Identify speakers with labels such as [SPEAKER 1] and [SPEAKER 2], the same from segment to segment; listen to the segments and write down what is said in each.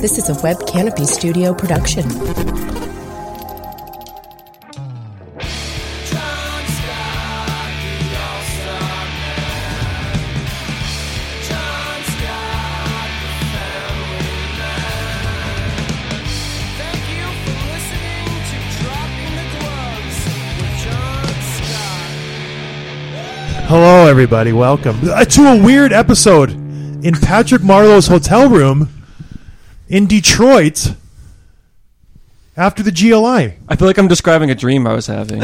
[SPEAKER 1] This is a Web Canopy Studio production.
[SPEAKER 2] Hello, everybody. Welcome uh, to a weird episode in Patrick Marlowe's hotel room in Detroit after the GLI.
[SPEAKER 3] I feel like I'm describing a dream I was having.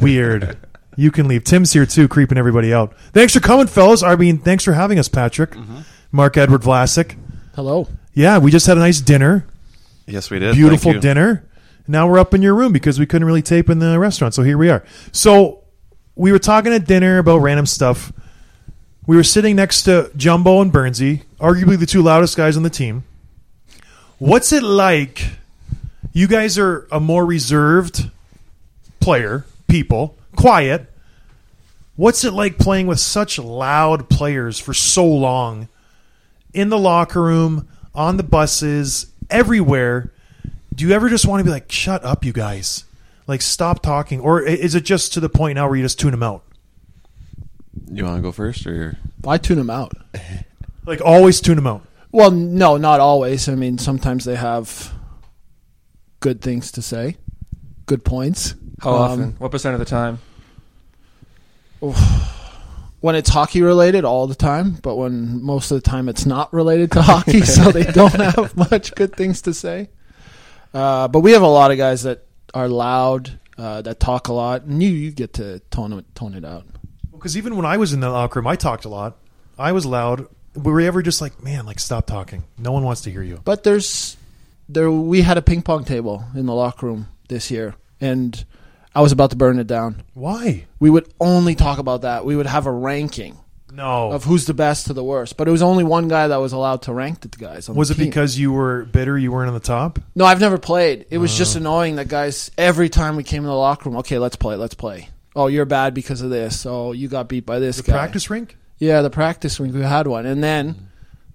[SPEAKER 2] Weird. you can leave. Tim's here too, creeping everybody out. Thanks for coming, fellas. I mean, thanks for having us, Patrick. Mark Edward Vlasic.
[SPEAKER 4] Hello.
[SPEAKER 2] Yeah, we just had a nice dinner.
[SPEAKER 5] Yes, we did.
[SPEAKER 2] Beautiful
[SPEAKER 5] Thank you.
[SPEAKER 2] dinner. Now we're up in your room because we couldn't really tape in the restaurant. So here we are. So we were talking at dinner about random stuff. We were sitting next to Jumbo and Bernsey, arguably the two loudest guys on the team. What's it like? You guys are a more reserved player, people, quiet. What's it like playing with such loud players for so long in the locker room, on the buses, everywhere? Do you ever just want to be like, shut up, you guys? Like, stop talking? Or i- is it just to the point now where you just tune them out?
[SPEAKER 5] You want to go first, or
[SPEAKER 4] I tune them out.
[SPEAKER 2] Like, always tune them out.
[SPEAKER 4] Well, no, not always. I mean, sometimes they have good things to say, good points.
[SPEAKER 3] How
[SPEAKER 4] Um,
[SPEAKER 3] often? What percent of the time?
[SPEAKER 4] When it's hockey related, all the time. But when most of the time it's not related to hockey, so they don't have much good things to say. Uh, but we have a lot of guys that are loud, uh, that talk a lot, and you you get to tone it, tone it out.
[SPEAKER 2] Because even when I was in the locker room, I talked a lot. I was loud. Were you ever just like, man, like, stop talking? No one wants to hear you.
[SPEAKER 4] But there's there we had a ping pong table in the locker room this year, and I was about to burn it down.
[SPEAKER 2] Why?
[SPEAKER 4] we would only talk about that. We would have a ranking
[SPEAKER 2] No.
[SPEAKER 4] of who's the best to the worst. But it was only one guy that was allowed to rank the guys. On
[SPEAKER 2] was
[SPEAKER 4] the
[SPEAKER 2] it
[SPEAKER 4] team.
[SPEAKER 2] because you were bitter you weren't on the top?
[SPEAKER 4] No, I've never played. It was
[SPEAKER 2] Oh.
[SPEAKER 4] just annoying that guys every time we came in the locker room. Okay, let's play. Let's play. Oh, you're bad because of this. Oh, you got beat by this
[SPEAKER 2] The
[SPEAKER 4] guy.
[SPEAKER 2] practice rink?
[SPEAKER 4] Yeah, the practice week we had one, and then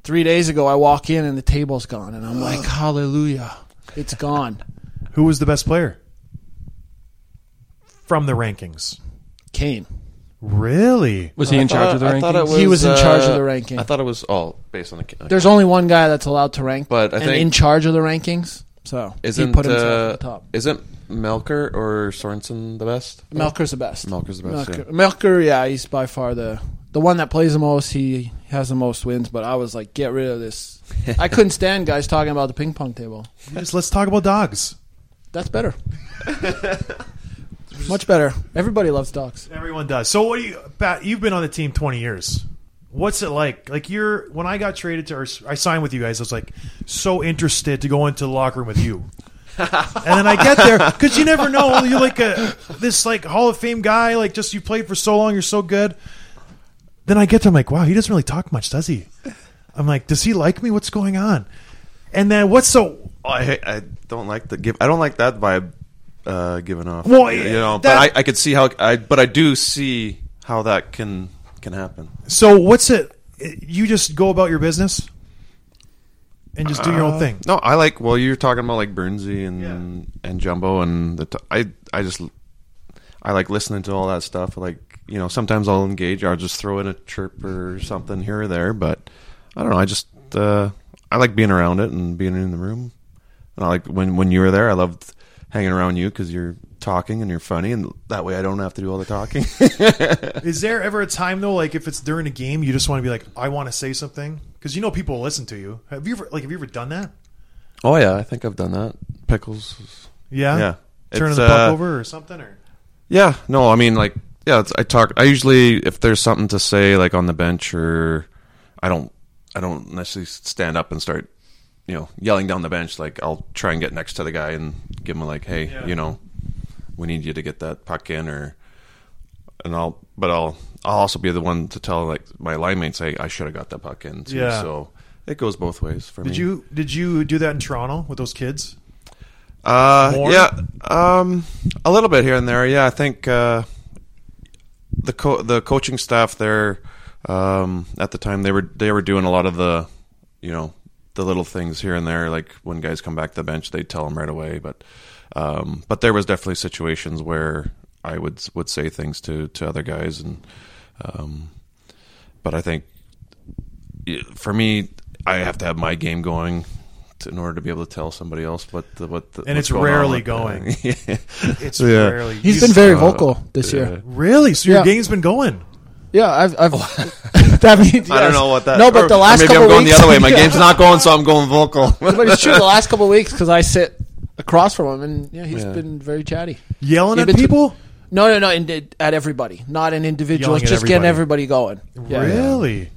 [SPEAKER 4] three days ago I walk in and the table's gone, and I'm like, hallelujah, it's gone.
[SPEAKER 2] Who was the best player? From the rankings.
[SPEAKER 4] Kane.
[SPEAKER 2] Really?
[SPEAKER 3] Was he in charge of the
[SPEAKER 5] I
[SPEAKER 3] ranking?
[SPEAKER 5] thought it was,
[SPEAKER 4] He was in charge of
[SPEAKER 5] uh,
[SPEAKER 4] the ranking.
[SPEAKER 5] I thought it was all based on the.
[SPEAKER 4] There's only one guy that's allowed to rank,
[SPEAKER 5] But I
[SPEAKER 4] and
[SPEAKER 5] think-
[SPEAKER 4] in charge of the rankings. So
[SPEAKER 5] isn't
[SPEAKER 4] he put himself
[SPEAKER 5] uh,
[SPEAKER 4] at the top.
[SPEAKER 5] isn't Melker or Sorensen the best?
[SPEAKER 4] Melker's the best.
[SPEAKER 5] Melker's the best,
[SPEAKER 4] Melker,
[SPEAKER 5] yeah.
[SPEAKER 4] Melker, yeah, he's by far the the one that plays the most. He has the most wins. But I was like, get rid of this. I couldn't stand guys talking about the ping pong table.
[SPEAKER 2] Yes, let's talk about dogs.
[SPEAKER 4] That's better. Much better. Everybody loves dogs.
[SPEAKER 2] Everyone does. So what do you Pat, you've been on the team 20 years. What's it like? Like you're when I got traded to or I signed with you guys, I was like so interested to go into the locker room with you. and then I get there cuz you never know you're like a this like Hall of Fame guy like just you played for so long, you're so good. Then I get there I'm like, "Wow, he doesn't really talk much, does he?" I'm like, "Does he like me? What's going on?" And then what's so
[SPEAKER 5] Oh, I hate- I don't like the give. I don't like that vibe uh, given off.
[SPEAKER 2] Well,
[SPEAKER 5] you know,
[SPEAKER 2] that-
[SPEAKER 5] but I, I could see how I. But I do see how that can can happen.
[SPEAKER 2] so what's it you just go about your business and just do your own thing.
[SPEAKER 5] No, I like. Well, you're talking about like Bernsey and
[SPEAKER 2] Yeah.
[SPEAKER 5] and Jumbo and the. T- I I just I like listening to all that stuff. Like you know, sometimes I'll engage. I'll just throw in a chirp or something here or there. But I don't know. I just uh, I like being around it and being in the room. And I like when when you were there, I loved hanging around you because you're talking and you're funny, and that way I don't have to do all the talking.
[SPEAKER 2] Is there ever a time though, like if it's during a game, you just want to be like, I want to say something because you know people will listen to you. Have you ever like have you ever done that?
[SPEAKER 5] oh yeah, I think I've done that. Pickles.
[SPEAKER 2] Yeah,
[SPEAKER 5] Yeah.
[SPEAKER 2] turning
[SPEAKER 5] It's,
[SPEAKER 2] the puck
[SPEAKER 5] uh,
[SPEAKER 2] over or something, or
[SPEAKER 5] Yeah, no, I mean like yeah, it's, I talk. I usually if there's something to say like on the bench or I don't I don't necessarily stand up and start you know yelling down the bench. Like I'll try and get next to the guy and give him like, hey, you know, we need you to get that puck in or and I'll but I'll I'll also be the one to tell like my line mates, hey, I should have got that puck in. Too.
[SPEAKER 2] Yeah.
[SPEAKER 5] So it goes both ways for me.
[SPEAKER 2] did you did you do that in Toronto with those kids?
[SPEAKER 5] Uh,
[SPEAKER 2] More?
[SPEAKER 5] yeah, um, a little bit here and there. Yeah, I think uh, the co- the coaching staff there um, at the time they were they were doing a lot of the you know the little things here and there. Like when guys come back to the bench, they tell them right away. But um, but there was definitely situations where I would would say things to to other guys, and um, but I think yeah, for me, I have to have my game going. to- In order to be able to tell somebody else what the, what the,
[SPEAKER 2] And
[SPEAKER 5] what's
[SPEAKER 2] it's
[SPEAKER 5] on
[SPEAKER 2] rarely
[SPEAKER 5] with them. yeah.
[SPEAKER 2] It's
[SPEAKER 5] Yeah.
[SPEAKER 2] rarely.
[SPEAKER 4] He's
[SPEAKER 2] you-
[SPEAKER 4] been very
[SPEAKER 5] uh,
[SPEAKER 4] vocal this
[SPEAKER 5] yeah.
[SPEAKER 4] year.
[SPEAKER 2] really. So your
[SPEAKER 4] Yeah.
[SPEAKER 2] game's been going.
[SPEAKER 4] Yeah, I've. I've that means,
[SPEAKER 5] Oh. I don't
[SPEAKER 4] yes.
[SPEAKER 5] know what that.
[SPEAKER 4] No, but
[SPEAKER 5] or
[SPEAKER 4] the last
[SPEAKER 5] maybe
[SPEAKER 4] couple
[SPEAKER 5] I'm going
[SPEAKER 4] weeks,
[SPEAKER 5] the other way. My
[SPEAKER 4] Yeah.
[SPEAKER 5] game's not going, so I'm going vocal.
[SPEAKER 4] But it's true. The last couple of weeks, because I sit across from him, and yeah, he's
[SPEAKER 5] Yeah.
[SPEAKER 4] been very chatty.
[SPEAKER 2] Yelling
[SPEAKER 4] Yeah,
[SPEAKER 2] at
[SPEAKER 4] but to-
[SPEAKER 2] people?
[SPEAKER 4] No, no, no, and at everybody, not in individuals,
[SPEAKER 2] Yelling at
[SPEAKER 4] just getting everybody going. Yeah.
[SPEAKER 2] really?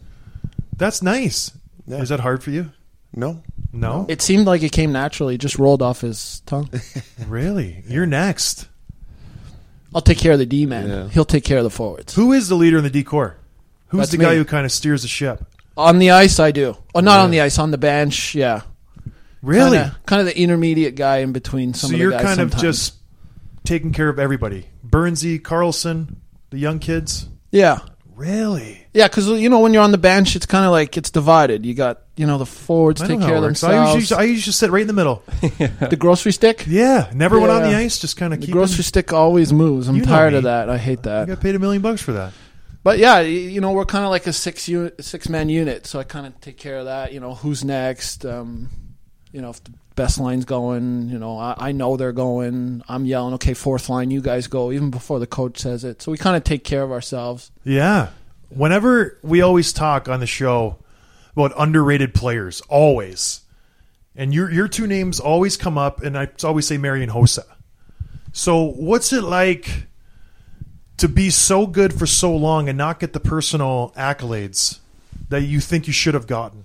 [SPEAKER 2] That's nice.
[SPEAKER 5] Yeah.
[SPEAKER 2] Is that hard for you?
[SPEAKER 5] no,
[SPEAKER 2] No,
[SPEAKER 4] It seemed like it came naturally; it just rolled off his tongue.
[SPEAKER 2] really. You're next.
[SPEAKER 4] I'll take care of the D man.
[SPEAKER 5] Yeah.
[SPEAKER 4] He'll take care of the forwards.
[SPEAKER 2] Who is the leader in the decor? Who's
[SPEAKER 4] That's
[SPEAKER 2] the guy
[SPEAKER 4] me.
[SPEAKER 2] who kind of steers the ship?
[SPEAKER 4] On the ice, I do. Oh, not on the ice, on the bench. Yeah,
[SPEAKER 2] Really?
[SPEAKER 4] Kind of the intermediate guy in between some
[SPEAKER 2] so
[SPEAKER 4] of the
[SPEAKER 2] you're
[SPEAKER 4] guys
[SPEAKER 2] kind of
[SPEAKER 4] sometimes.
[SPEAKER 2] just taking care of everybody. Bernsey, Carlson, the young kids.
[SPEAKER 4] yeah,
[SPEAKER 2] Really?
[SPEAKER 4] yeah. Because you know when you're on the bench, it's kind of like it's divided. You got you know the forwards
[SPEAKER 2] I
[SPEAKER 4] take
[SPEAKER 2] don't know
[SPEAKER 4] care
[SPEAKER 2] how
[SPEAKER 4] of
[SPEAKER 2] it works. I
[SPEAKER 4] themselves.
[SPEAKER 2] usually, I usually sit right in the middle.
[SPEAKER 4] the grocery stick.
[SPEAKER 2] Yeah, never went on the
[SPEAKER 4] Yeah.
[SPEAKER 2] ice. Just kind of
[SPEAKER 4] The
[SPEAKER 2] keep.
[SPEAKER 4] grocery
[SPEAKER 2] You
[SPEAKER 4] stick always moves. I'm
[SPEAKER 2] You know
[SPEAKER 4] tired of
[SPEAKER 2] me.
[SPEAKER 4] that. I hate that.
[SPEAKER 2] got paid a million bucks for that.
[SPEAKER 4] But yeah, y- you know, we're kind of like a six unit, six man unit, so I kind of take care of that. You know, who's next? Um, you know, if the best line's going, you know, I, I know they're going. I'm yelling, okay, fourth line, you guys go, even before the coach says it. So we kind of take care of ourselves.
[SPEAKER 2] Yeah. Whenever we always talk on the show about underrated players, always, and your your two names always come up, and I always say Marion Hosa. So what's it like to be so good for so long and not get the personal accolades that you think you should have gotten?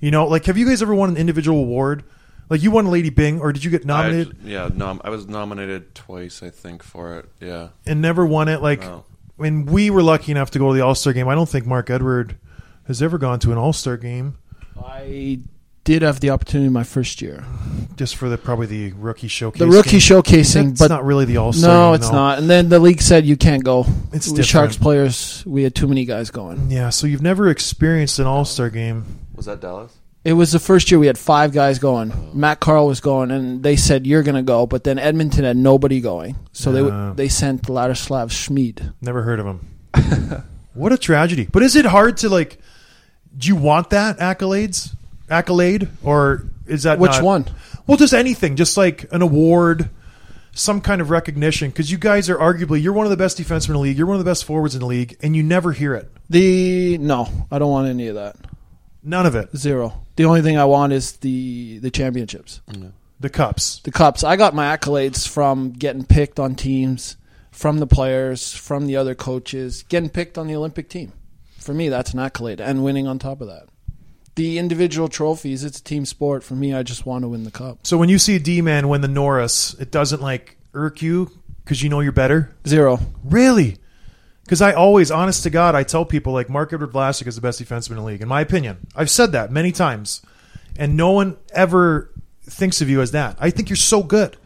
[SPEAKER 2] You know, like have you guys ever won an individual award? Like you won Lady Bing, or did you get nominated
[SPEAKER 5] I, yeah, nom- I was nominated twice, I think, for it. Yeah,
[SPEAKER 2] and never won it? Like
[SPEAKER 5] No.
[SPEAKER 2] when we were lucky enough to go to the All Star game, I don't think Mark Edward has ever gone to an All Star game.
[SPEAKER 4] I did have the opportunity my first year,
[SPEAKER 2] just for the probably the rookie showcase.
[SPEAKER 4] the rookie
[SPEAKER 2] game.
[SPEAKER 4] showcasing,
[SPEAKER 2] That's
[SPEAKER 4] but
[SPEAKER 2] not really the all star.
[SPEAKER 4] no, it's not. And then the league said you can't go.
[SPEAKER 2] It's
[SPEAKER 4] we Sharks
[SPEAKER 2] different.
[SPEAKER 4] players, we had too many guys going.
[SPEAKER 2] Yeah, so you've never experienced an all star game.
[SPEAKER 5] was that Dallas?
[SPEAKER 4] It was the first year we had five guys going. Matt Carl was going, and they said you're going to go, but then Edmonton had nobody going, so they
[SPEAKER 2] Yeah.
[SPEAKER 4] w- they sent Ladislav Schmid.
[SPEAKER 2] Never heard of him. what a tragedy! But is it hard to like? Do you want that accolades accolade or is that
[SPEAKER 4] Which
[SPEAKER 2] not-
[SPEAKER 4] one?
[SPEAKER 2] Well, just anything, just like an award. Some kind of recognition because you guys are arguably you're one of the best defensemen in the league, you're one of the best forwards in the league, and you never hear it.
[SPEAKER 4] The no, I don't want any of that.
[SPEAKER 2] None of it.
[SPEAKER 4] Zero. The only thing I want is the the championships,
[SPEAKER 2] The cups.
[SPEAKER 4] the cups. I got my accolades from getting picked on teams, from the players, from the other coaches, getting picked on the Olympic team. For me, that's an accolade, and winning on top of that. The individual trophies, it's a team sport. For me, I just want to win the cup.
[SPEAKER 2] So when you see D man win the Norris, it doesn't like irk you because you know you're better.
[SPEAKER 4] Zero.
[SPEAKER 2] Really? Because I always, honest to God, I tell people like Mark Edward Vlasic is the best defenseman in the league, in my opinion. I've said that many times, and no one ever thinks of you as that. I think you're so good,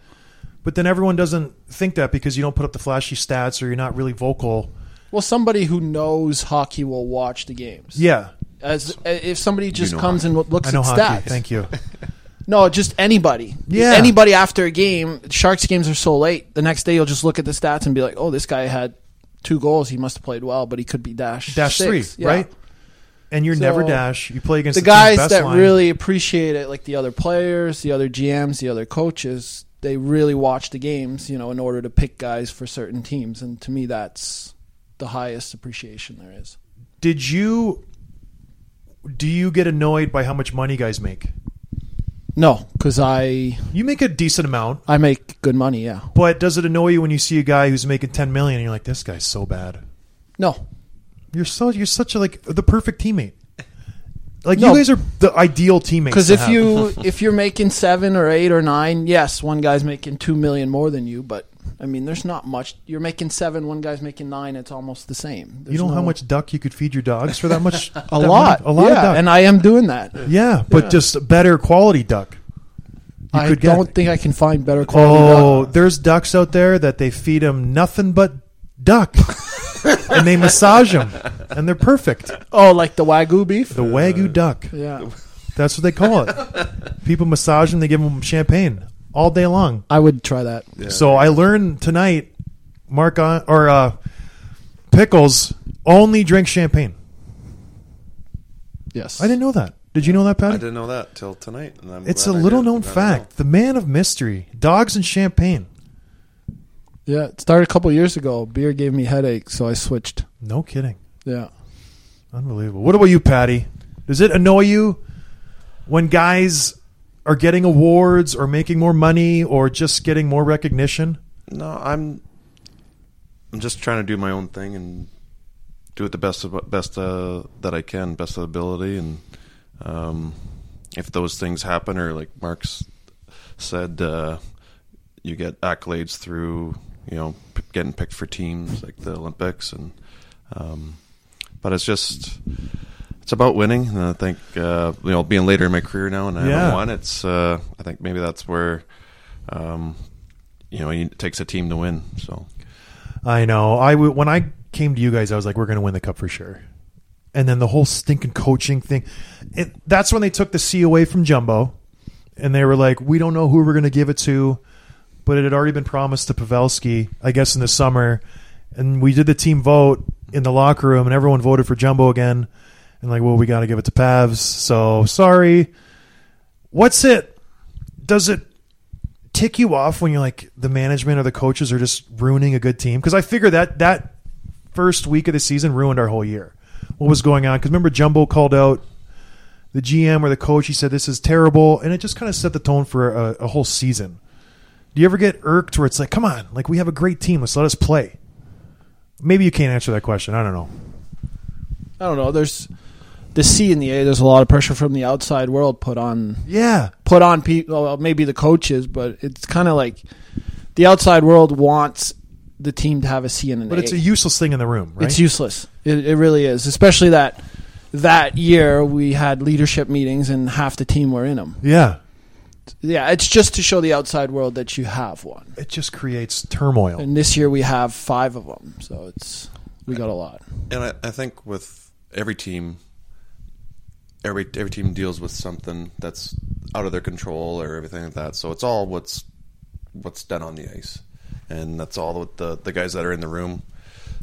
[SPEAKER 2] but then everyone doesn't think that because you don't put up the flashy stats or you're not really vocal.
[SPEAKER 4] Well, somebody who knows hockey will watch the games.
[SPEAKER 2] Yeah,
[SPEAKER 4] As uh, if somebody just
[SPEAKER 5] know
[SPEAKER 4] comes and looks
[SPEAKER 2] I know
[SPEAKER 4] at
[SPEAKER 2] hockey.
[SPEAKER 4] stats.
[SPEAKER 2] Thank you.
[SPEAKER 4] No, just anybody.
[SPEAKER 2] Yeah.
[SPEAKER 4] Anybody after a game. Sharks games are so late. The next day you'll just look at the stats and be like, "Oh, this guy had two goals. He must have played well, but he could be dash
[SPEAKER 2] Dash
[SPEAKER 4] six."
[SPEAKER 2] three,
[SPEAKER 4] Yeah.
[SPEAKER 2] right? and you're never
[SPEAKER 4] So,
[SPEAKER 2] dash. You play against
[SPEAKER 4] the
[SPEAKER 2] the,
[SPEAKER 4] guys
[SPEAKER 2] team's best
[SPEAKER 4] that
[SPEAKER 2] line.
[SPEAKER 4] really appreciate it, like the other players, the other GMs, the other coaches, they really watch the games, you know, in order to pick guys for certain teams. And to me, that's the highest appreciation there is.
[SPEAKER 2] Did you? Do you get annoyed by how much money guys make?
[SPEAKER 4] No, because I
[SPEAKER 2] You make a decent amount,
[SPEAKER 4] I make good money. Yeah,
[SPEAKER 2] but does it annoy you when you see a guy who's making ten million and you're like, this guy's so bad.
[SPEAKER 4] no,
[SPEAKER 2] You're so you're such a like the perfect teammate. Like
[SPEAKER 4] No.
[SPEAKER 2] you guys are the ideal teammates.
[SPEAKER 4] because
[SPEAKER 2] to
[SPEAKER 4] if
[SPEAKER 2] have.
[SPEAKER 4] you if you're making seven or eight or nine, yes, one guy's making two million more than you, but I mean, there's not much. You're making seven, one guy's making nine. It's almost the same.
[SPEAKER 2] you
[SPEAKER 4] There's
[SPEAKER 2] know how
[SPEAKER 4] no-
[SPEAKER 2] much duck you could feed your dogs for that much that
[SPEAKER 4] a
[SPEAKER 2] money?
[SPEAKER 4] lot,
[SPEAKER 2] a lot
[SPEAKER 4] yeah,
[SPEAKER 2] of duck
[SPEAKER 4] and I am doing that.
[SPEAKER 2] yeah but just better quality duck you
[SPEAKER 4] I
[SPEAKER 2] could get
[SPEAKER 4] don't think I can find better quality.
[SPEAKER 2] oh
[SPEAKER 4] duck.
[SPEAKER 2] there's ducks out there that they feed them nothing but duck and they massage them and they're perfect
[SPEAKER 4] Oh, like the wagyu beef.
[SPEAKER 2] the wagyu duck
[SPEAKER 4] Yeah,
[SPEAKER 2] that's what they call it people massage them they give them champagne all day long
[SPEAKER 4] I would try that.
[SPEAKER 2] So I learned tonight, Mark on or uh, Pickles only drink champagne.
[SPEAKER 4] Yes,
[SPEAKER 2] I didn't know that. Did you know that,
[SPEAKER 5] I
[SPEAKER 2] Patty?
[SPEAKER 5] didn't know that till tonight. And I'm
[SPEAKER 2] It's a
[SPEAKER 5] glad I
[SPEAKER 2] little
[SPEAKER 5] did.
[SPEAKER 2] known
[SPEAKER 5] Now I know.
[SPEAKER 2] fact. The man of mystery, dogs and champagne.
[SPEAKER 4] Yeah, it started a couple years ago. Beer gave me headaches, so I switched.
[SPEAKER 2] No kidding.
[SPEAKER 4] Yeah,
[SPEAKER 2] Unbelievable. What about you, Patty? Does it annoy you when guys are getting awards or making more money or just getting more recognition?
[SPEAKER 5] No, I'm. I'm just trying to do my own thing and do it the best of, best uh, that I can, best of ability, and um, if those things happen, or like Mark's said, uh, you get accolades through you know p- getting picked for teams like the Olympics, and um, but it's just it's about winning, and I think uh, you know being later in my career now, and I
[SPEAKER 2] Yeah.
[SPEAKER 5] haven't won. It's uh, I think maybe that's where um, you know it takes a team to win. So
[SPEAKER 2] I know. I w- when I came to you guys, I was like, we're going to win the cup for sure. And then the whole stinking coaching thing. It, that's when they took the C away from Jumbo, and they were like, we don't know who we're going to give it to, but it had already been promised to Pavelski, I guess, in the summer. And we did the team vote in the locker room, and everyone voted for Jumbo again. And like, well, we got to give it to Pavs. So sorry. What's it? Does it tick you off when you're like the management or the coaches are just ruining a good team? Because I figure that that first week of the season ruined our whole year. What was going on? Because remember, Jumbo called out the GM or the coach. He said this is terrible, and it just kind of set the tone for a, a whole season. Do you ever get irked where it's like, come on, like we have a great team, let's let us play? Maybe you can't answer that question. I don't know.
[SPEAKER 4] I don't know. There's the C and the A. There's a lot of pressure from the outside world put on
[SPEAKER 2] Yeah,
[SPEAKER 4] put on people. Well, maybe the coaches, but it's kind of like the outside world wants the team to have a C and an
[SPEAKER 2] but
[SPEAKER 4] A.
[SPEAKER 2] it's a useless thing in the room, right?
[SPEAKER 4] It's useless. It, it really is, especially that that year we had leadership meetings and half the team were in them.
[SPEAKER 2] yeah,
[SPEAKER 4] Yeah, it's just to show the outside world that you have one.
[SPEAKER 2] it just creates turmoil.
[SPEAKER 4] And this year we have five of them, so it's we got a lot.
[SPEAKER 5] And I, I think with every team, every every team deals with something that's out of their control or everything like that. So it's all what's what's done on the ice, and that's all that the the guys that are in the room.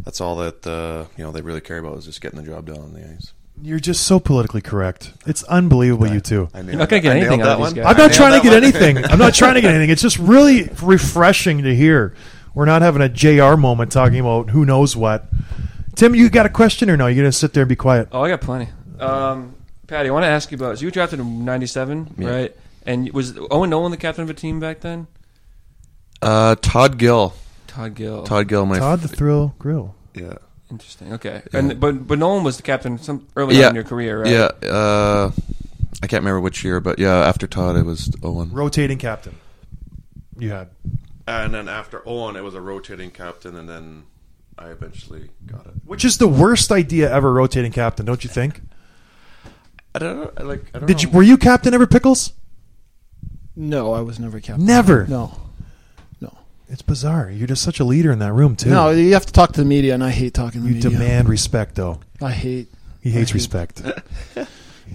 [SPEAKER 5] That's all that uh, you know they really care about is just getting the job done on the ice.
[SPEAKER 2] You're just so politically correct. It's unbelievable, you two.
[SPEAKER 5] I nailed,
[SPEAKER 3] not gonna get
[SPEAKER 5] I nailed
[SPEAKER 3] anything out
[SPEAKER 5] that
[SPEAKER 3] of these
[SPEAKER 5] one.
[SPEAKER 3] guys.
[SPEAKER 2] I'm not
[SPEAKER 5] I
[SPEAKER 2] trying to
[SPEAKER 5] nailed
[SPEAKER 2] get
[SPEAKER 5] that one.
[SPEAKER 2] anything. I'm not trying to get anything. It's just really refreshing to hear. We're not having a JR moment talking about who knows what. Tim, you got a question or no? You're going to sit there and be quiet.
[SPEAKER 3] Oh, I got plenty. Um, Patty, I want to ask you about. So you were drafted in '97,
[SPEAKER 5] Yeah.
[SPEAKER 3] right? And was Owen Nolan the captain of a team back then?
[SPEAKER 5] Uh, Todd Gill,
[SPEAKER 3] Todd Gill.
[SPEAKER 5] Todd Gill, my
[SPEAKER 2] Todd the Thrill Grill.
[SPEAKER 5] yeah.
[SPEAKER 3] Interesting. Okay. And but but Nolan was the captain some early
[SPEAKER 5] yeah.
[SPEAKER 3] on in your career, right?
[SPEAKER 5] Yeah. Uh, I can't remember which year, but yeah, after Todd, it was oh Owen.
[SPEAKER 2] Rotating captain. You had.
[SPEAKER 5] And then after Owen, it was a rotating captain, and then I eventually got it.
[SPEAKER 2] Which is the worst idea ever, rotating captain, don't you think?
[SPEAKER 5] I don't know. I Like, I don't
[SPEAKER 2] Did you
[SPEAKER 5] know.
[SPEAKER 2] Were you captain ever, Pickles?
[SPEAKER 4] No, I was never captain.
[SPEAKER 2] Never.
[SPEAKER 4] No. No.
[SPEAKER 2] It's bizarre. You're just such a leader in that room, too.
[SPEAKER 4] No, you have to talk to the media and I hate talking to
[SPEAKER 2] you
[SPEAKER 4] the media.
[SPEAKER 2] demand respect, though.
[SPEAKER 4] I hate
[SPEAKER 2] He hates
[SPEAKER 4] hate-
[SPEAKER 2] respect.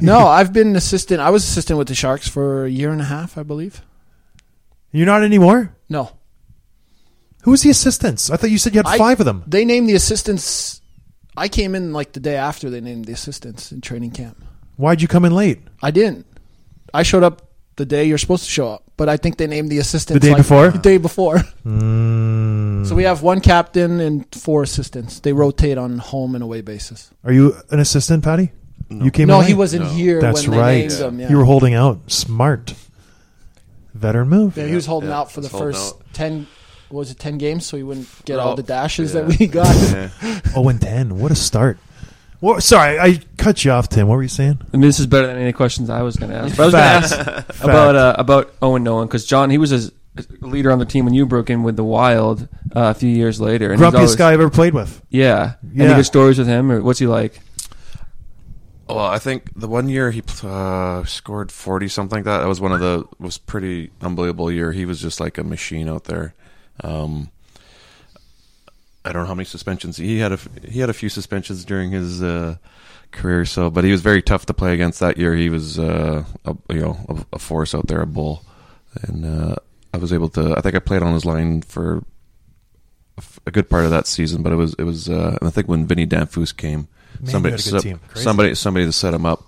[SPEAKER 4] No, I've been an assistant. I was assistant with the Sharks for a year and a half, I believe.
[SPEAKER 2] You're not anymore?
[SPEAKER 4] No.
[SPEAKER 2] Who was the assistants? I thought you said you had
[SPEAKER 4] I-
[SPEAKER 2] five of them.
[SPEAKER 4] They named the assistants I came in like the day after they named the assistants in training camp.
[SPEAKER 2] Why'd you come in late?
[SPEAKER 4] I didn't. I showed up the day you're supposed to show up, but I think they named the assistants
[SPEAKER 2] The day
[SPEAKER 4] like,
[SPEAKER 2] before? Hmm.
[SPEAKER 4] The day before. So we have one captain and four assistants. They rotate on home and away basis.
[SPEAKER 2] Are you an assistant, Patty? You came.
[SPEAKER 4] no,
[SPEAKER 2] in
[SPEAKER 4] he
[SPEAKER 2] late?
[SPEAKER 4] wasn't here
[SPEAKER 2] That's
[SPEAKER 4] when they
[SPEAKER 2] right.
[SPEAKER 4] named him. Yeah.
[SPEAKER 2] You were holding out. Smart. Veteran move.
[SPEAKER 4] Yeah, he was holding
[SPEAKER 5] Yeah,
[SPEAKER 4] out for the
[SPEAKER 5] just holding
[SPEAKER 4] first
[SPEAKER 5] out.
[SPEAKER 4] ten. what Was it ten games? So he wouldn't get
[SPEAKER 5] Well,
[SPEAKER 4] all the dashes
[SPEAKER 5] yeah.
[SPEAKER 4] that we got.
[SPEAKER 5] Yeah.
[SPEAKER 2] Oh, and ten. What a start. Well, sorry, I cut you off, Tim. What were you saying?
[SPEAKER 3] I mean, this is better than any questions I was going to ask. But I was going to
[SPEAKER 2] Facts.
[SPEAKER 3] ask about uh, about Owen Nolan because John, he was a s- leader on the team when you broke in with the Wild uh, a few years later. And he's
[SPEAKER 2] Grumpiest
[SPEAKER 3] always-
[SPEAKER 2] guy I've ever played with.
[SPEAKER 3] Yeah. Any
[SPEAKER 2] Yeah.
[SPEAKER 3] good stories with him, or what's he like?
[SPEAKER 5] Well, Oh, I think the one year he uh, scored forty something like that. That was one of the was pretty unbelievable year. He was just like a machine out there. Um, I don't know how many suspensions he had. A, f- he had a few suspensions during his uh, career, so but he was very tough to play against that year. He was uh, a, you know a, a force out there, a bull, and uh, I was able to. I think I played on his line for a f- a good part of that season, but it was it was. Uh, and I think when Vinny Danfus came,
[SPEAKER 2] Man,
[SPEAKER 5] somebody
[SPEAKER 2] you had a good
[SPEAKER 5] sup-
[SPEAKER 2] team. Crazy.
[SPEAKER 5] somebody somebody to set him up,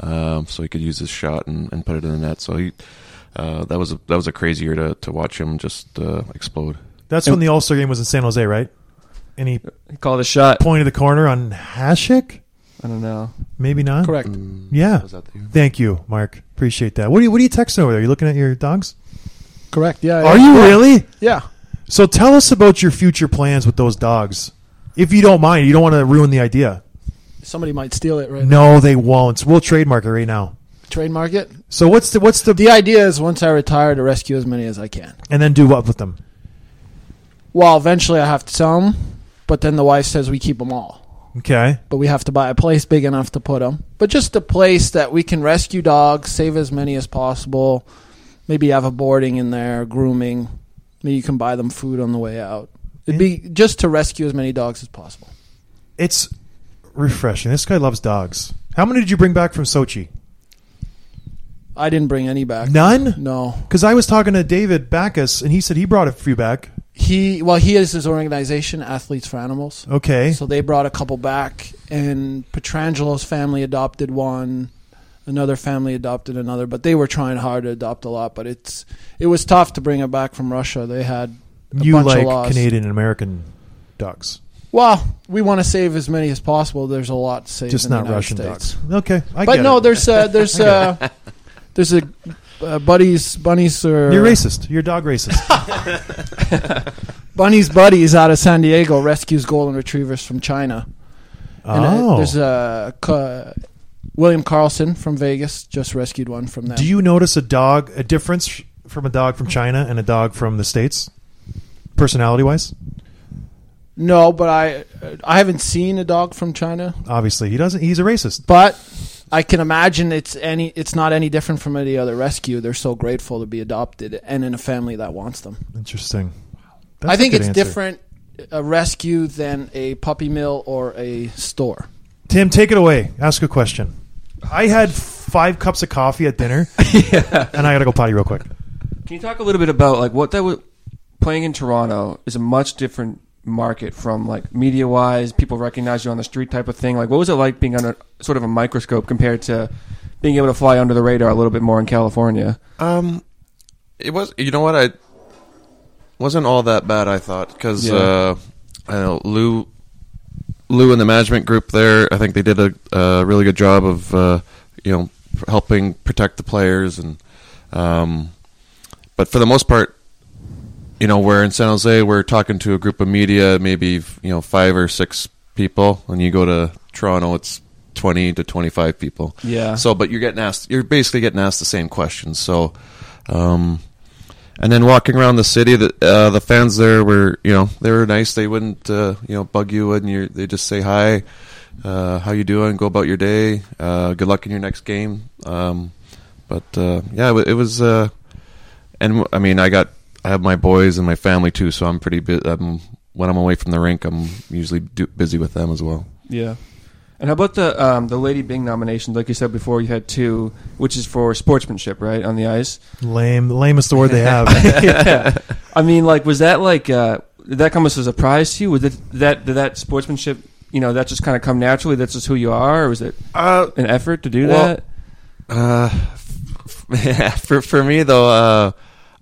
[SPEAKER 5] um, so he could use his shot and, and put it in the net. So he uh, that was a, that was a crazy year to to watch him just uh, explode.
[SPEAKER 2] That's when the All Star game was in San Jose, right? And he
[SPEAKER 3] He called a shot.
[SPEAKER 2] pointed the corner on Hashik.
[SPEAKER 3] I don't know.
[SPEAKER 2] Maybe not.
[SPEAKER 4] Correct.
[SPEAKER 5] Mm.
[SPEAKER 2] Yeah.
[SPEAKER 5] Was that the year?
[SPEAKER 2] Thank you, Mark. Appreciate that. What are you What are you texting over there? You looking at your dogs?
[SPEAKER 4] Correct. Yeah.
[SPEAKER 2] Are you really?
[SPEAKER 4] Yeah.
[SPEAKER 2] So tell us about your future plans with those dogs, if you don't mind. You don't want to ruin the idea.
[SPEAKER 4] Somebody might steal it right now.
[SPEAKER 2] No, they won't. We'll trademark it right now.
[SPEAKER 4] Trademark it.
[SPEAKER 2] So what's the what's the,
[SPEAKER 4] The idea is once I retire to rescue as many as I can.
[SPEAKER 2] and then do what with them?
[SPEAKER 4] Well, eventually I have to sell them, but then the wife says we keep them all.
[SPEAKER 2] Okay,
[SPEAKER 4] But we have to buy a place big enough to put them. But just a place that we can rescue dogs, save as many as possible. Maybe have a boarding in there, grooming. Maybe you can buy them food on the way out. It'd be just to rescue as many dogs as possible.
[SPEAKER 2] it's refreshing. This guy loves dogs. How many did you bring back from Sochi?
[SPEAKER 4] I didn't bring any back.
[SPEAKER 2] None.
[SPEAKER 4] No.
[SPEAKER 2] Because I was talking to David Backus, and he said he brought a few back.
[SPEAKER 4] He well, he is his organization, Athletes for Animals.
[SPEAKER 2] Okay,
[SPEAKER 4] So they brought a couple back, and Petrangelo's family adopted one. Another family adopted another, but they were trying hard to adopt a lot. But it's it was tough to bring it back from Russia. They had a
[SPEAKER 2] you
[SPEAKER 4] bunch of
[SPEAKER 2] like
[SPEAKER 4] laws.
[SPEAKER 2] Canadian and American dogs,
[SPEAKER 4] Well, we want to save as many as possible. There's a lot to save,
[SPEAKER 2] just
[SPEAKER 4] in the
[SPEAKER 2] not
[SPEAKER 4] United
[SPEAKER 2] Russian
[SPEAKER 4] States.
[SPEAKER 2] dogs. Okay, I
[SPEAKER 4] But
[SPEAKER 2] get
[SPEAKER 4] no,
[SPEAKER 2] it.
[SPEAKER 4] there's uh, there's uh, there's a uh, buddies bunnies or
[SPEAKER 2] You're racist. You're dog racist.
[SPEAKER 4] bunnies buddies out of San Diego rescues golden retrievers from China. And uh,
[SPEAKER 2] oh,
[SPEAKER 4] there's a ca- William Carlson from Vegas just rescued one from them.
[SPEAKER 2] do you notice a dog a difference from a dog from China and a dog from the states, personality wise?
[SPEAKER 4] no, but I uh, I haven't seen a dog from China,
[SPEAKER 2] Obviously, he doesn't. He's a racist.
[SPEAKER 4] but I can imagine it's any it's not any different from any other rescue. They're so grateful to be adopted and in a family that wants them.
[SPEAKER 2] Interesting.
[SPEAKER 4] I think it's
[SPEAKER 2] different.
[SPEAKER 4] different a rescue than a puppy mill or a store.
[SPEAKER 2] Tim, take it away. Ask a question. I had five cups of coffee at dinner, and I gotta go potty real quick.
[SPEAKER 3] Can you talk a little bit about like what that was playing in Toronto is a much different market from like media wise, people recognize you on the street type of thing. Like, what was it like being under sort of a microscope compared to being able to fly under the radar a little bit more in California?
[SPEAKER 5] Um, it was. You know what? I wasn't all that bad. I thought because
[SPEAKER 3] Yeah.
[SPEAKER 5] uh, I know Lou, Lou and the management group there. I think they did a, a really good job of uh, you know pr- helping protect the players and um, but for the most part, you know, we're in San Jose. We're talking to a group of media, maybe you know five or six people, and you go to Toronto, it's twenty to twenty-five people.
[SPEAKER 3] Yeah.
[SPEAKER 5] So, but you're getting asked. You're basically getting asked the same questions. So, um, and then walking around the city, the uh, the fans there were, you know, they were nice. They wouldn't, uh, you know, bug you, and you they just say hi, uh, how you doing, go about your day, uh, good luck in your next game. Um, but uh, yeah, it, wa- it was, uh, and w- I mean, I got, I have my boys and my family too, so I'm pretty. Bu- I'm, when I'm away from the rink, I'm usually do, busy with them as well.
[SPEAKER 3] Yeah. And how about the um, the Lady Bing nominations? Like you said before, you had two, which is for sportsmanship, right, on the ice.
[SPEAKER 2] Lame, lamest the word they have.
[SPEAKER 3] yeah. I mean, like, was that like uh, did that come as a surprise to you? Was it, that did that sportsmanship you know that just kind of come naturally? That's just who you are, or was it
[SPEAKER 5] Uh,
[SPEAKER 3] an effort to do
[SPEAKER 5] Well,
[SPEAKER 3] that?
[SPEAKER 5] Uh, yeah, for for me though, uh,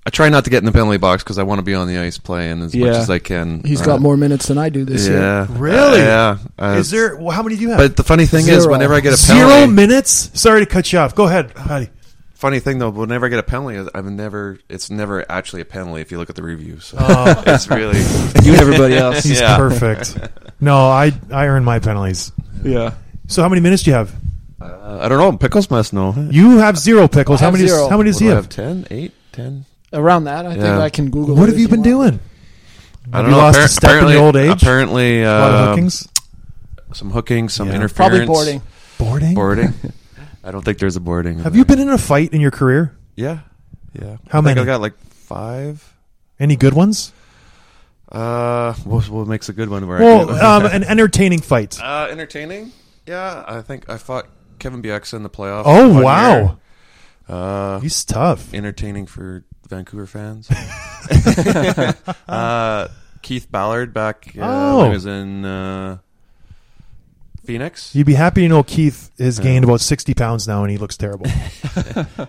[SPEAKER 5] I try not to get in the penalty box because I want to be on the ice playing as much
[SPEAKER 3] Yeah.
[SPEAKER 5] as I can.
[SPEAKER 4] He's
[SPEAKER 5] Uh,
[SPEAKER 4] got more minutes than I do this year.
[SPEAKER 5] Yeah,
[SPEAKER 2] Really?
[SPEAKER 5] Uh, yeah. Uh,
[SPEAKER 2] is there? Well, how many do you have?
[SPEAKER 5] But the funny thing is,
[SPEAKER 4] Zero.
[SPEAKER 5] whenever I get a
[SPEAKER 2] Zero
[SPEAKER 5] penalty,
[SPEAKER 2] minutes. Sorry to cut you off. Go ahead, Patty.
[SPEAKER 5] funny thing though, whenever I get a penalty, I've never. It's never actually a penalty if you look at the review. So
[SPEAKER 4] Oh.
[SPEAKER 5] it's really
[SPEAKER 3] You and everybody else.
[SPEAKER 2] Oh, He's
[SPEAKER 5] Yeah.
[SPEAKER 2] perfect. No, I I earn my penalties.
[SPEAKER 3] yeah.
[SPEAKER 2] So how many minutes do you have?
[SPEAKER 5] Uh, I don't know. Pickles must know.
[SPEAKER 2] You have zero pickles.
[SPEAKER 4] I
[SPEAKER 2] How
[SPEAKER 4] have
[SPEAKER 2] many?
[SPEAKER 4] zero.
[SPEAKER 2] How many does
[SPEAKER 5] What do
[SPEAKER 2] he
[SPEAKER 5] I
[SPEAKER 2] have?
[SPEAKER 5] have 10, 8, 10?
[SPEAKER 4] Around that, I think
[SPEAKER 5] Yeah.
[SPEAKER 4] I can Google.
[SPEAKER 2] What
[SPEAKER 4] it
[SPEAKER 2] have
[SPEAKER 4] if
[SPEAKER 2] you been
[SPEAKER 4] want.
[SPEAKER 2] doing?
[SPEAKER 5] I
[SPEAKER 2] Have
[SPEAKER 5] don't
[SPEAKER 2] you
[SPEAKER 5] know.
[SPEAKER 2] lost a
[SPEAKER 5] Appar-
[SPEAKER 2] step in
[SPEAKER 5] apparently,
[SPEAKER 2] the old age?
[SPEAKER 5] Apparently,
[SPEAKER 2] A lot of
[SPEAKER 5] uh,
[SPEAKER 2] hookings,
[SPEAKER 5] some hookings, some
[SPEAKER 2] Yeah.
[SPEAKER 5] interference,
[SPEAKER 4] Probably boarding.
[SPEAKER 2] boarding.
[SPEAKER 5] boarding. I don't think there's a boarding. in
[SPEAKER 2] Have you
[SPEAKER 5] there.
[SPEAKER 2] been in a fight in your career?
[SPEAKER 5] Yeah, yeah.
[SPEAKER 2] How
[SPEAKER 5] I think
[SPEAKER 2] many?
[SPEAKER 5] I got like five.
[SPEAKER 2] Any good ones?
[SPEAKER 5] Uh, what, what makes a good one? Where
[SPEAKER 2] Well,
[SPEAKER 5] I
[SPEAKER 2] um, an entertaining fight.
[SPEAKER 5] uh, entertaining. Yeah, I think I fought Kevin Bieksa in the playoffs.
[SPEAKER 2] Oh
[SPEAKER 5] one
[SPEAKER 2] wow,
[SPEAKER 5] year. Uh,
[SPEAKER 2] he's tough.
[SPEAKER 5] entertaining for Vancouver fans. uh, Keith Ballard back uh, when
[SPEAKER 2] Oh.
[SPEAKER 5] he was in uh, Phoenix.
[SPEAKER 2] You'd be happy to know Keith has gained about sixty pounds now, and he looks terrible.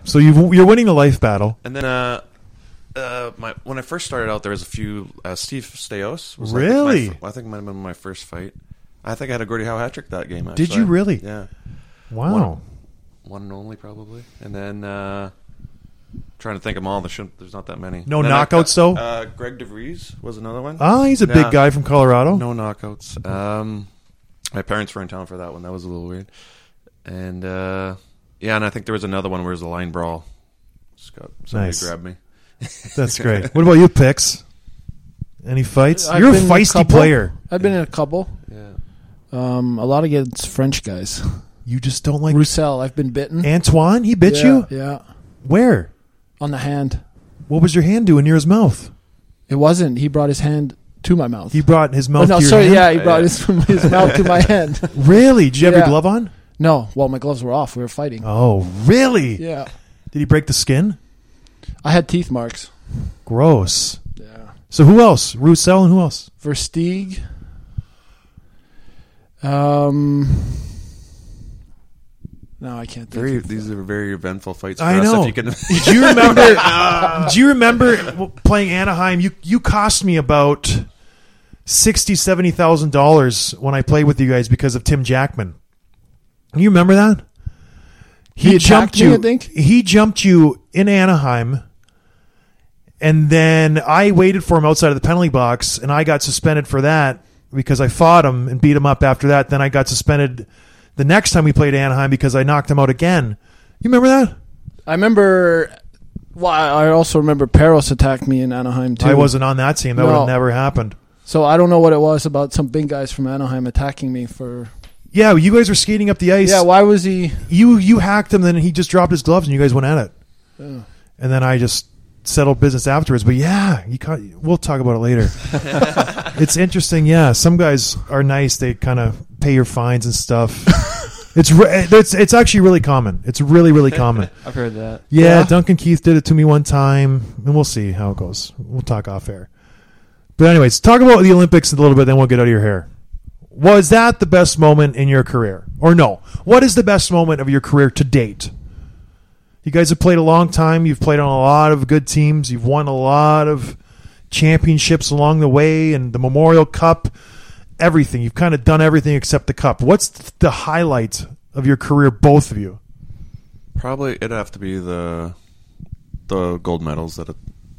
[SPEAKER 2] so you've, you're winning a life battle.
[SPEAKER 5] And then uh, uh, my when I first started out, there was a few. Uh, Steve Steos. Was
[SPEAKER 2] Really?
[SPEAKER 5] I think, my, fir- I think it might have been my first fight. I think I had a Gordie Howe hat trick that game. Actually.
[SPEAKER 2] Did you really?
[SPEAKER 5] Yeah,
[SPEAKER 2] Wow.
[SPEAKER 5] one and only probably. And then uh, trying to think of them all. There shouldn't, there's not that many.
[SPEAKER 2] No
[SPEAKER 5] Then I
[SPEAKER 2] knockouts,
[SPEAKER 5] got-
[SPEAKER 2] though?
[SPEAKER 5] Uh, Greg DeVries was another one.
[SPEAKER 2] Ah, he's a
[SPEAKER 5] Yeah.
[SPEAKER 2] big guy from Colorado.
[SPEAKER 5] No knockouts. Um, my parents were in town for that one. That was a little weird. And uh, yeah, and I think there was another one where it was a line brawl. Scott, somebody
[SPEAKER 2] Nice.
[SPEAKER 5] grabbed me.
[SPEAKER 2] That's great. What about you, Pix? Any fights?
[SPEAKER 4] I've
[SPEAKER 2] You're a
[SPEAKER 4] been in
[SPEAKER 2] feisty
[SPEAKER 4] couple.
[SPEAKER 2] player.
[SPEAKER 4] I've been in a couple.
[SPEAKER 5] Yeah.
[SPEAKER 4] Um, a lot against French guys.
[SPEAKER 2] You just don't like
[SPEAKER 4] Roussel, I've been bitten.
[SPEAKER 2] Antoine. He bit
[SPEAKER 4] Yeah,
[SPEAKER 2] you.
[SPEAKER 4] Yeah,
[SPEAKER 2] Where?
[SPEAKER 4] on the hand.
[SPEAKER 2] What was your hand doing near his mouth?
[SPEAKER 4] It wasn't. He brought his hand to my mouth.
[SPEAKER 2] He brought his
[SPEAKER 4] oh,
[SPEAKER 2] mouth.
[SPEAKER 4] no,
[SPEAKER 2] to your
[SPEAKER 4] sorry.
[SPEAKER 2] hand?
[SPEAKER 4] Yeah, he brought his, his mouth to my hand.
[SPEAKER 2] Really? Did you have your
[SPEAKER 4] Yeah.
[SPEAKER 2] glove on?
[SPEAKER 4] No, well, my gloves were off. We were fighting.
[SPEAKER 2] Oh, really?
[SPEAKER 4] Yeah,
[SPEAKER 2] Did he break the skin?
[SPEAKER 4] I had teeth marks.
[SPEAKER 2] Gross.
[SPEAKER 4] Yeah,
[SPEAKER 2] So who else? Roussel and who else?
[SPEAKER 4] Versteeg. Um, no, I can't. Think
[SPEAKER 5] Very,
[SPEAKER 4] of-
[SPEAKER 5] these are very eventful fights. For
[SPEAKER 2] I
[SPEAKER 5] us,
[SPEAKER 2] know.
[SPEAKER 5] If you can,
[SPEAKER 2] Do you remember? do you remember playing Anaheim? You you cost me about sixty seventy thousand dollars when I played with you guys because of Tim Jackman. You remember that?
[SPEAKER 4] He attacked me, I think.
[SPEAKER 2] He jumped you in Anaheim, and then I waited for him outside of the penalty box, and I got suspended for that because I fought him and beat him up after that. Then I got suspended the next time we played Anaheim because I knocked him out again. You remember that?
[SPEAKER 4] I remember. Well, I I also remember Peros attacked me in Anaheim too.
[SPEAKER 2] I wasn't on that team. That would
[SPEAKER 4] No.
[SPEAKER 2] have never happened.
[SPEAKER 4] So I don't know what it was about some big guys from Anaheim attacking me for.
[SPEAKER 2] Yeah, you guys were skating up the ice.
[SPEAKER 4] Yeah, why was he?
[SPEAKER 2] you you hacked him, then he just dropped his gloves, and you guys went at it. And then I just settled business afterwards. But yeah, you caught, we'll talk about it later. it's interesting. Yeah, some guys are nice. They kind of pay your fines and stuff. it's re- it's it's actually really common. It's really really common.
[SPEAKER 3] I've heard that.
[SPEAKER 2] Yeah,
[SPEAKER 4] Yeah.
[SPEAKER 2] Duncan Keith did it to me one time, and we'll see how it goes. We'll talk off air. But anyways, talk about the Olympics a little bit, then we'll get out of your hair. Was that the best moment in your career, or no? What is the best moment of your career to date? You guys have played a long time. You've played on a lot of good teams. You've won a lot of championships along the way, and the Memorial Cup, everything. You've kind of done everything except the cup. What's the highlight of your career, both of you?
[SPEAKER 5] probably it'd have to be the the gold medals that I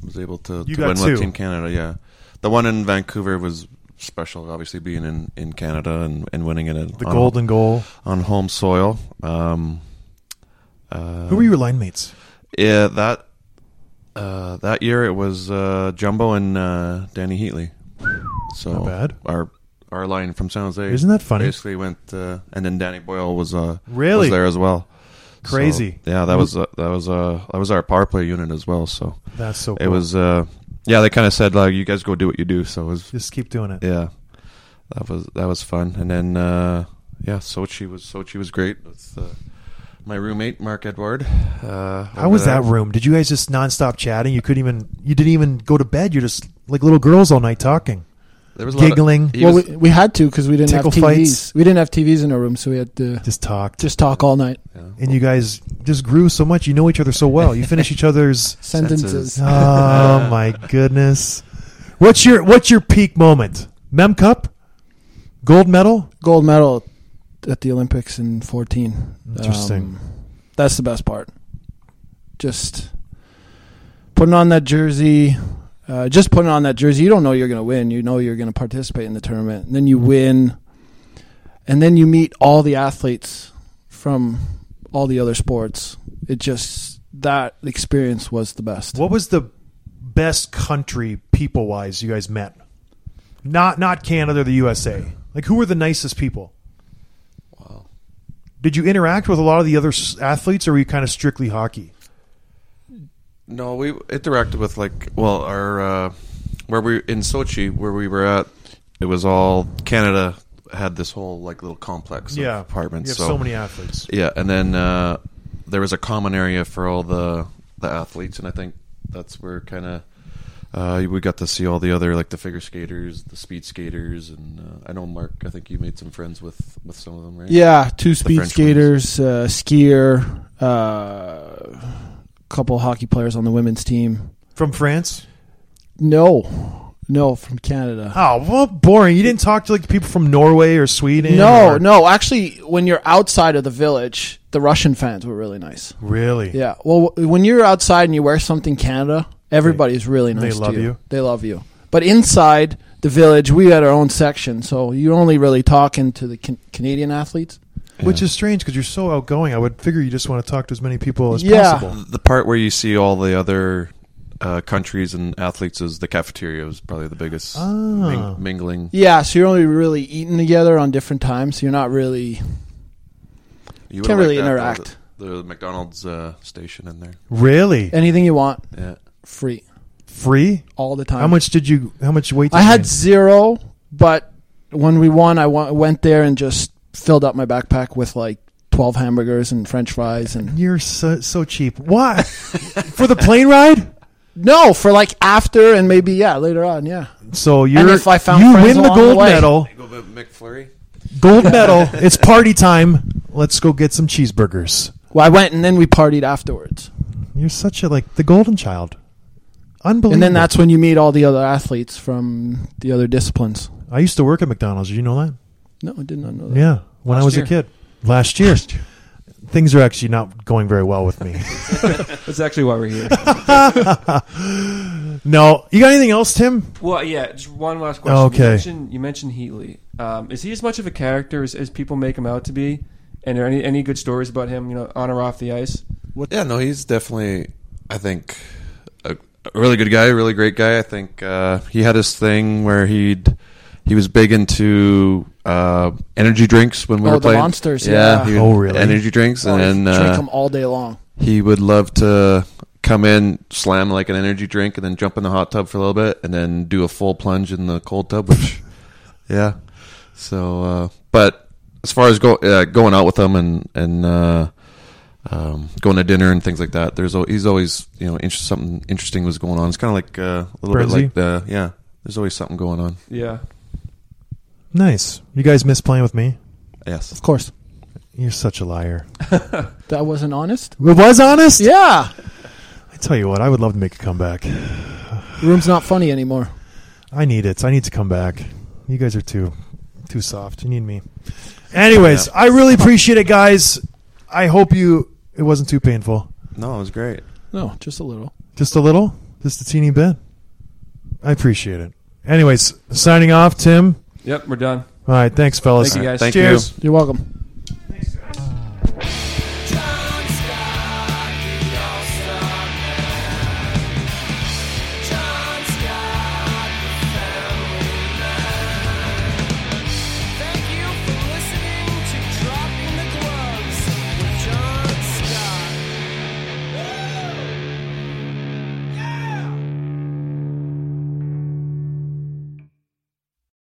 [SPEAKER 5] was able to,
[SPEAKER 2] You
[SPEAKER 5] to
[SPEAKER 2] got
[SPEAKER 5] win
[SPEAKER 2] two.
[SPEAKER 5] with Team Canada. Yeah, the one in Vancouver was special. Obviously, being in, in Canada and, and winning it in,
[SPEAKER 2] The
[SPEAKER 5] on,
[SPEAKER 2] golden goal.
[SPEAKER 5] on home soil. Um, uh,
[SPEAKER 2] Who were your line mates?
[SPEAKER 5] Yeah, that uh, that year it was uh, Jumbo and uh, Danny Heatley. So
[SPEAKER 2] Not bad.
[SPEAKER 5] Our our line from San Jose.
[SPEAKER 2] Isn't that funny?
[SPEAKER 5] Basically went, uh, and then Danny Boyle was uh,
[SPEAKER 2] Really?
[SPEAKER 5] was there as well.
[SPEAKER 2] Crazy.
[SPEAKER 5] So, yeah, that was uh, that was uh, that was our power play unit as well. So
[SPEAKER 2] That's so. Cool.
[SPEAKER 5] it was uh, yeah. They kind of said like, you guys go do what you do. So it was
[SPEAKER 2] Just keep doing it.
[SPEAKER 5] yeah, that was that was fun. And then uh, yeah, Sochi was Sochi was great with uh, my roommate Mark Edward. Uh,
[SPEAKER 2] How
[SPEAKER 5] over
[SPEAKER 2] was
[SPEAKER 5] there.
[SPEAKER 2] that room? Did you guys just nonstop chatting? You couldn't even. You didn't even go to bed. You're just like little girls all night talking.
[SPEAKER 5] There was a lot of-
[SPEAKER 2] giggling,
[SPEAKER 5] he
[SPEAKER 4] well,
[SPEAKER 5] was-
[SPEAKER 4] we, we had to because we didn't have
[SPEAKER 2] Tickle
[SPEAKER 4] TVs.
[SPEAKER 2] fights.
[SPEAKER 4] We didn't have TVs in our room, so we had to
[SPEAKER 2] just talked,
[SPEAKER 4] just talk all night.
[SPEAKER 5] yeah.
[SPEAKER 2] and you guys just grew so much. You know each other so well. You finish each other's.
[SPEAKER 4] Sentences.
[SPEAKER 2] Oh my goodness! What's your what's your peak moment? Mem Cup, gold medal.
[SPEAKER 4] Gold medal at the Olympics in 14.
[SPEAKER 2] Interesting.
[SPEAKER 4] Um, that's the best part. Just putting on that jersey. Uh, just putting on that jersey, you don't know you're going to win. You know you're going to participate in the tournament. And then you win. And then you meet all the athletes from all the other sports. It just, that experience was the best.
[SPEAKER 2] What was the best country people wise you guys met? Not not Canada or the USA. Like who were the nicest people?
[SPEAKER 5] Wow.
[SPEAKER 2] Did you interact with a lot of the other s- athletes, or were you kind of strictly hockey?
[SPEAKER 5] No, we interacted with like well, our uh, where we in Sochi where we were at. It was all Canada had this whole like little complex of apartments.
[SPEAKER 2] You have so, many athletes.
[SPEAKER 5] Yeah, and then uh, there was a common area for all the the athletes, and I think that's where kind of uh, we got to see all the other like the figure skaters, the speed skaters, and uh, I know Mark. I think you made some friends with with some of them, right?
[SPEAKER 4] Yeah, two speed
[SPEAKER 5] French
[SPEAKER 4] skaters, uh, skier, a uh, couple hockey players on the women's team.
[SPEAKER 2] From France?
[SPEAKER 4] No, no, from Canada.
[SPEAKER 2] Oh, well, boring. You didn't talk to like people from Norway or Sweden.
[SPEAKER 4] No,
[SPEAKER 2] or-
[SPEAKER 4] no. Actually, when you're outside of the village, the Russian fans were really nice.
[SPEAKER 2] Really?
[SPEAKER 4] Yeah. Well, w- when you're outside and you wear something Canada, everybody's really
[SPEAKER 2] they
[SPEAKER 4] nice.
[SPEAKER 2] love
[SPEAKER 4] to you.
[SPEAKER 2] you.
[SPEAKER 4] They love you. But inside the village, we had our own section, so you're only really talking to the can- Canadian athletes.
[SPEAKER 2] Which is strange because you're so outgoing. I would figure you just want to talk to as many people as
[SPEAKER 4] Yeah.
[SPEAKER 2] possible.
[SPEAKER 5] the part where you see all the other uh, countries and athletes is the cafeteria was probably the biggest
[SPEAKER 2] Ah.
[SPEAKER 5] ming- mingling.
[SPEAKER 4] Yeah, so you're only really eating together on different times. So you're not really
[SPEAKER 5] You would've
[SPEAKER 4] Can't really
[SPEAKER 5] liked that,
[SPEAKER 4] interact.
[SPEAKER 5] though, The, the McDonald's uh, station in there.
[SPEAKER 2] Really?
[SPEAKER 4] anything you want
[SPEAKER 5] Yeah.
[SPEAKER 4] free
[SPEAKER 2] Free?
[SPEAKER 4] all the time.
[SPEAKER 2] How much did you? How much weight? Did
[SPEAKER 4] I
[SPEAKER 2] you
[SPEAKER 4] had
[SPEAKER 2] gain?
[SPEAKER 4] zero, but when we won, I wa- went there and just filled up my backpack with like twelve hamburgers and French fries and
[SPEAKER 2] You're so, so cheap. Why? For the plane ride?
[SPEAKER 4] no for like after and maybe yeah later on yeah.
[SPEAKER 2] So you're
[SPEAKER 4] if I found
[SPEAKER 2] you
[SPEAKER 4] friends
[SPEAKER 2] win the
[SPEAKER 4] along
[SPEAKER 2] gold
[SPEAKER 4] the way.
[SPEAKER 2] medal.
[SPEAKER 5] Go with McFlurry.
[SPEAKER 2] Gold medal. It's party time. Let's go get some cheeseburgers.
[SPEAKER 4] Well, I went and then we partied afterwards,
[SPEAKER 2] You're such a like the golden child. Unbelievable.
[SPEAKER 4] and then that's when you meet all the other athletes from the other disciplines.
[SPEAKER 2] I used to work at McDonald's. Did you know that?
[SPEAKER 4] No, I did not know that.
[SPEAKER 2] Yeah, when I
[SPEAKER 3] Last
[SPEAKER 2] was
[SPEAKER 3] year.
[SPEAKER 2] a kid. Last year. Things are actually not going very well with me.
[SPEAKER 3] That's actually why we're here.
[SPEAKER 2] no, you got anything else, Tim?
[SPEAKER 3] well, yeah. Just one last question.
[SPEAKER 2] Okay.
[SPEAKER 3] You mentioned, you mentioned Heatley. Um, is he as much of a character as, as people make him out to be? And are any any good stories about him? You know, on or off the ice?
[SPEAKER 5] Yeah, no, he's definitely, I think, a, a really good guy, a really great guy. I think uh, he had his thing where he'd he was big into uh, energy drinks when we
[SPEAKER 4] Oh,
[SPEAKER 5] were
[SPEAKER 4] the
[SPEAKER 5] playing
[SPEAKER 4] monsters, yeah.
[SPEAKER 5] he would-
[SPEAKER 2] Oh, really?
[SPEAKER 5] Energy drinks,
[SPEAKER 4] Oh,
[SPEAKER 5] and then
[SPEAKER 4] drink
[SPEAKER 5] uh,
[SPEAKER 4] them all day long.
[SPEAKER 5] he would love to come in, slam like an energy drink, and then jump in the hot tub for a little bit, and then do a full plunge in the cold tub. Which, yeah. So, uh, but as far as go uh, going out with him and and uh, um, going to dinner and things like that, there's al- he's always you know inter- something interesting was going on. It's kind of like uh, a little
[SPEAKER 2] Brenzy?
[SPEAKER 5] bit like the yeah. There's always something going on.
[SPEAKER 3] Yeah.
[SPEAKER 2] Nice. You guys miss playing with me?
[SPEAKER 5] Yes.
[SPEAKER 4] Of course,
[SPEAKER 2] You're such a liar.
[SPEAKER 4] that wasn't honest.
[SPEAKER 2] It was honest?
[SPEAKER 4] Yeah,
[SPEAKER 2] I tell you what, I would love to make a comeback.
[SPEAKER 4] room's not funny anymore.
[SPEAKER 2] I need it. I need to come back. You guys are too too soft. You need me. Anyways, I really appreciate it, guys. I hope you it wasn't too painful.
[SPEAKER 5] No, it was great.
[SPEAKER 4] No, just a little.
[SPEAKER 2] Just a little? Just a teeny bit. I appreciate it. Anyways, signing off, Tim.
[SPEAKER 3] Yep. We're done.
[SPEAKER 2] All right, thanks fellas.
[SPEAKER 3] Thank you, guys.
[SPEAKER 5] Thank
[SPEAKER 2] Cheers.
[SPEAKER 5] you.
[SPEAKER 4] You're welcome.